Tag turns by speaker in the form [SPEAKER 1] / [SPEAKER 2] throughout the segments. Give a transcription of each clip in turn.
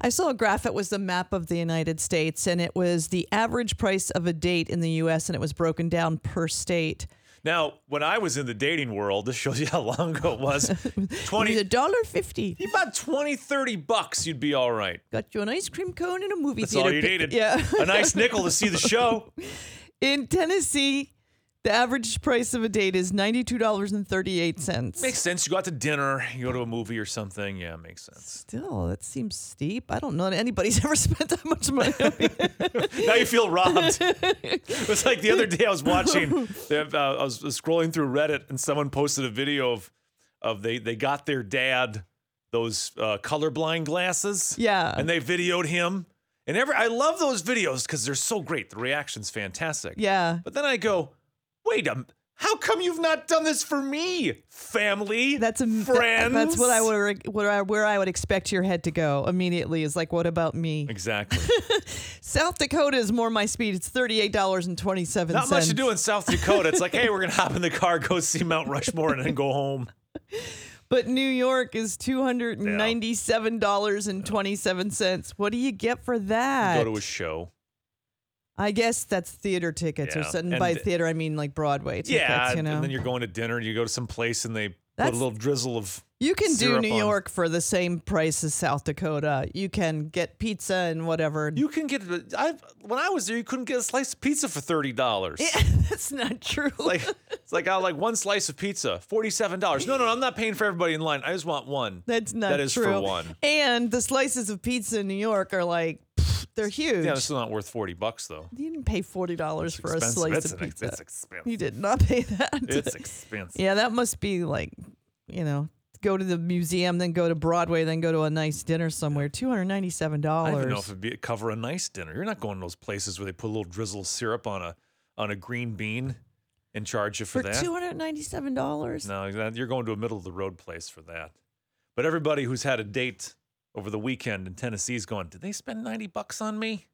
[SPEAKER 1] I saw a graph that was the map of the United States, and it was the average price of a date in the U.S., and it was broken down per state.
[SPEAKER 2] Now, when I was in the dating world, this shows you how long ago it was.
[SPEAKER 1] It was a
[SPEAKER 2] 20,
[SPEAKER 1] dollar fifty.
[SPEAKER 2] about 20, 30 bucks, you'd be all right.
[SPEAKER 1] Got you an ice cream cone and a movie
[SPEAKER 2] That's
[SPEAKER 1] theater.
[SPEAKER 2] all you
[SPEAKER 1] pic-
[SPEAKER 2] needed.
[SPEAKER 1] Yeah.
[SPEAKER 2] a nice nickel to see the show.
[SPEAKER 1] in Tennessee, the average price of a date is ninety-two dollars and thirty-eight cents.
[SPEAKER 2] Makes sense. You go out to dinner, you go to a movie or something. Yeah, makes sense.
[SPEAKER 1] Still, that seems steep. I don't know that anybody's ever spent that much money on me.
[SPEAKER 2] Now you feel robbed. it was like the other day I was watching, uh, I was scrolling through Reddit and someone posted a video of, of they, they got their dad those uh, colorblind glasses.
[SPEAKER 1] Yeah.
[SPEAKER 2] And they videoed him. And every I love those videos because they're so great. The reaction's fantastic.
[SPEAKER 1] yeah.
[SPEAKER 2] But then I go, wait a m- how come you've not done this for me, family?
[SPEAKER 1] That's a
[SPEAKER 2] friends.
[SPEAKER 1] that's what I would what I, where I would expect your head to go immediately is like, what about me?
[SPEAKER 2] Exactly.
[SPEAKER 1] South Dakota is more my speed. It's thirty-eight dollars and twenty-seven.
[SPEAKER 2] Not much to do in South Dakota. It's like, hey, we're gonna hop in the car, go see Mount Rushmore, and then go home.
[SPEAKER 1] But New York is two hundred and ninety-seven dollars and twenty-seven cents. What do you get for that?
[SPEAKER 2] Go to a show.
[SPEAKER 1] I guess that's theater tickets, or
[SPEAKER 2] Yeah.
[SPEAKER 1] something.
[SPEAKER 2] And
[SPEAKER 1] by
[SPEAKER 2] th-
[SPEAKER 1] theater I mean like Broadway tickets.
[SPEAKER 2] yeah,
[SPEAKER 1] you know,
[SPEAKER 2] and then you're going to dinner, and you go to some place, and they
[SPEAKER 1] That's-
[SPEAKER 2] put a little drizzle of.
[SPEAKER 1] You can do
[SPEAKER 2] syrup
[SPEAKER 1] New
[SPEAKER 2] on.
[SPEAKER 1] York for the same price as South Dakota. You can get pizza and whatever.
[SPEAKER 2] You can get. I when I was there, you couldn't get a slice of pizza for thirty dollars.
[SPEAKER 1] that's not true.
[SPEAKER 2] like it's like I like one slice of pizza, forty seven dollars. No, no, I'm not paying for everybody in line. I just want one.
[SPEAKER 1] that's not
[SPEAKER 2] that is for
[SPEAKER 1] true.
[SPEAKER 2] one.
[SPEAKER 1] And the slices of pizza in New York are like pfft, they're huge.
[SPEAKER 2] Yeah, it's still not worth forty bucks though.
[SPEAKER 1] you didn't pay forty dollars for a
[SPEAKER 2] expensive.
[SPEAKER 1] slice
[SPEAKER 2] It's
[SPEAKER 1] of
[SPEAKER 2] an-
[SPEAKER 1] pizza.
[SPEAKER 2] it's expensive.
[SPEAKER 1] You did not pay that.
[SPEAKER 2] It's expensive.
[SPEAKER 1] yeah, that must be like you know. Go to the museum, then go to Broadway, then go to a nice dinner somewhere. Two hundred ninety-seven
[SPEAKER 2] I don't even
[SPEAKER 1] dollars.
[SPEAKER 2] know if it'd be, cover a nice dinner. You're not going to those places where they put a little drizzle of syrup on a on a green bean and charge you for,
[SPEAKER 1] for
[SPEAKER 2] that.
[SPEAKER 1] two hundred ninety-seven dollars.
[SPEAKER 2] No, that- you're going to a middle of the road place for that. But everybody who's had a date over the weekend in Tennessee's going, did they spend ninety bucks on me?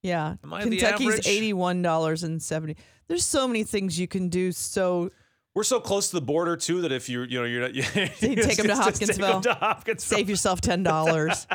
[SPEAKER 1] Yeah.
[SPEAKER 2] Am I the
[SPEAKER 1] Kentucky's
[SPEAKER 2] average?
[SPEAKER 1] eighty-one dollars and seventy. There's so many things you can do. So
[SPEAKER 2] We're so close to the border too that if you you know you're not you
[SPEAKER 1] Take 'em to
[SPEAKER 2] just- just take 'em
[SPEAKER 1] Hopkinsville.
[SPEAKER 2] to Hopkinsville.
[SPEAKER 1] save yourself ten dollars.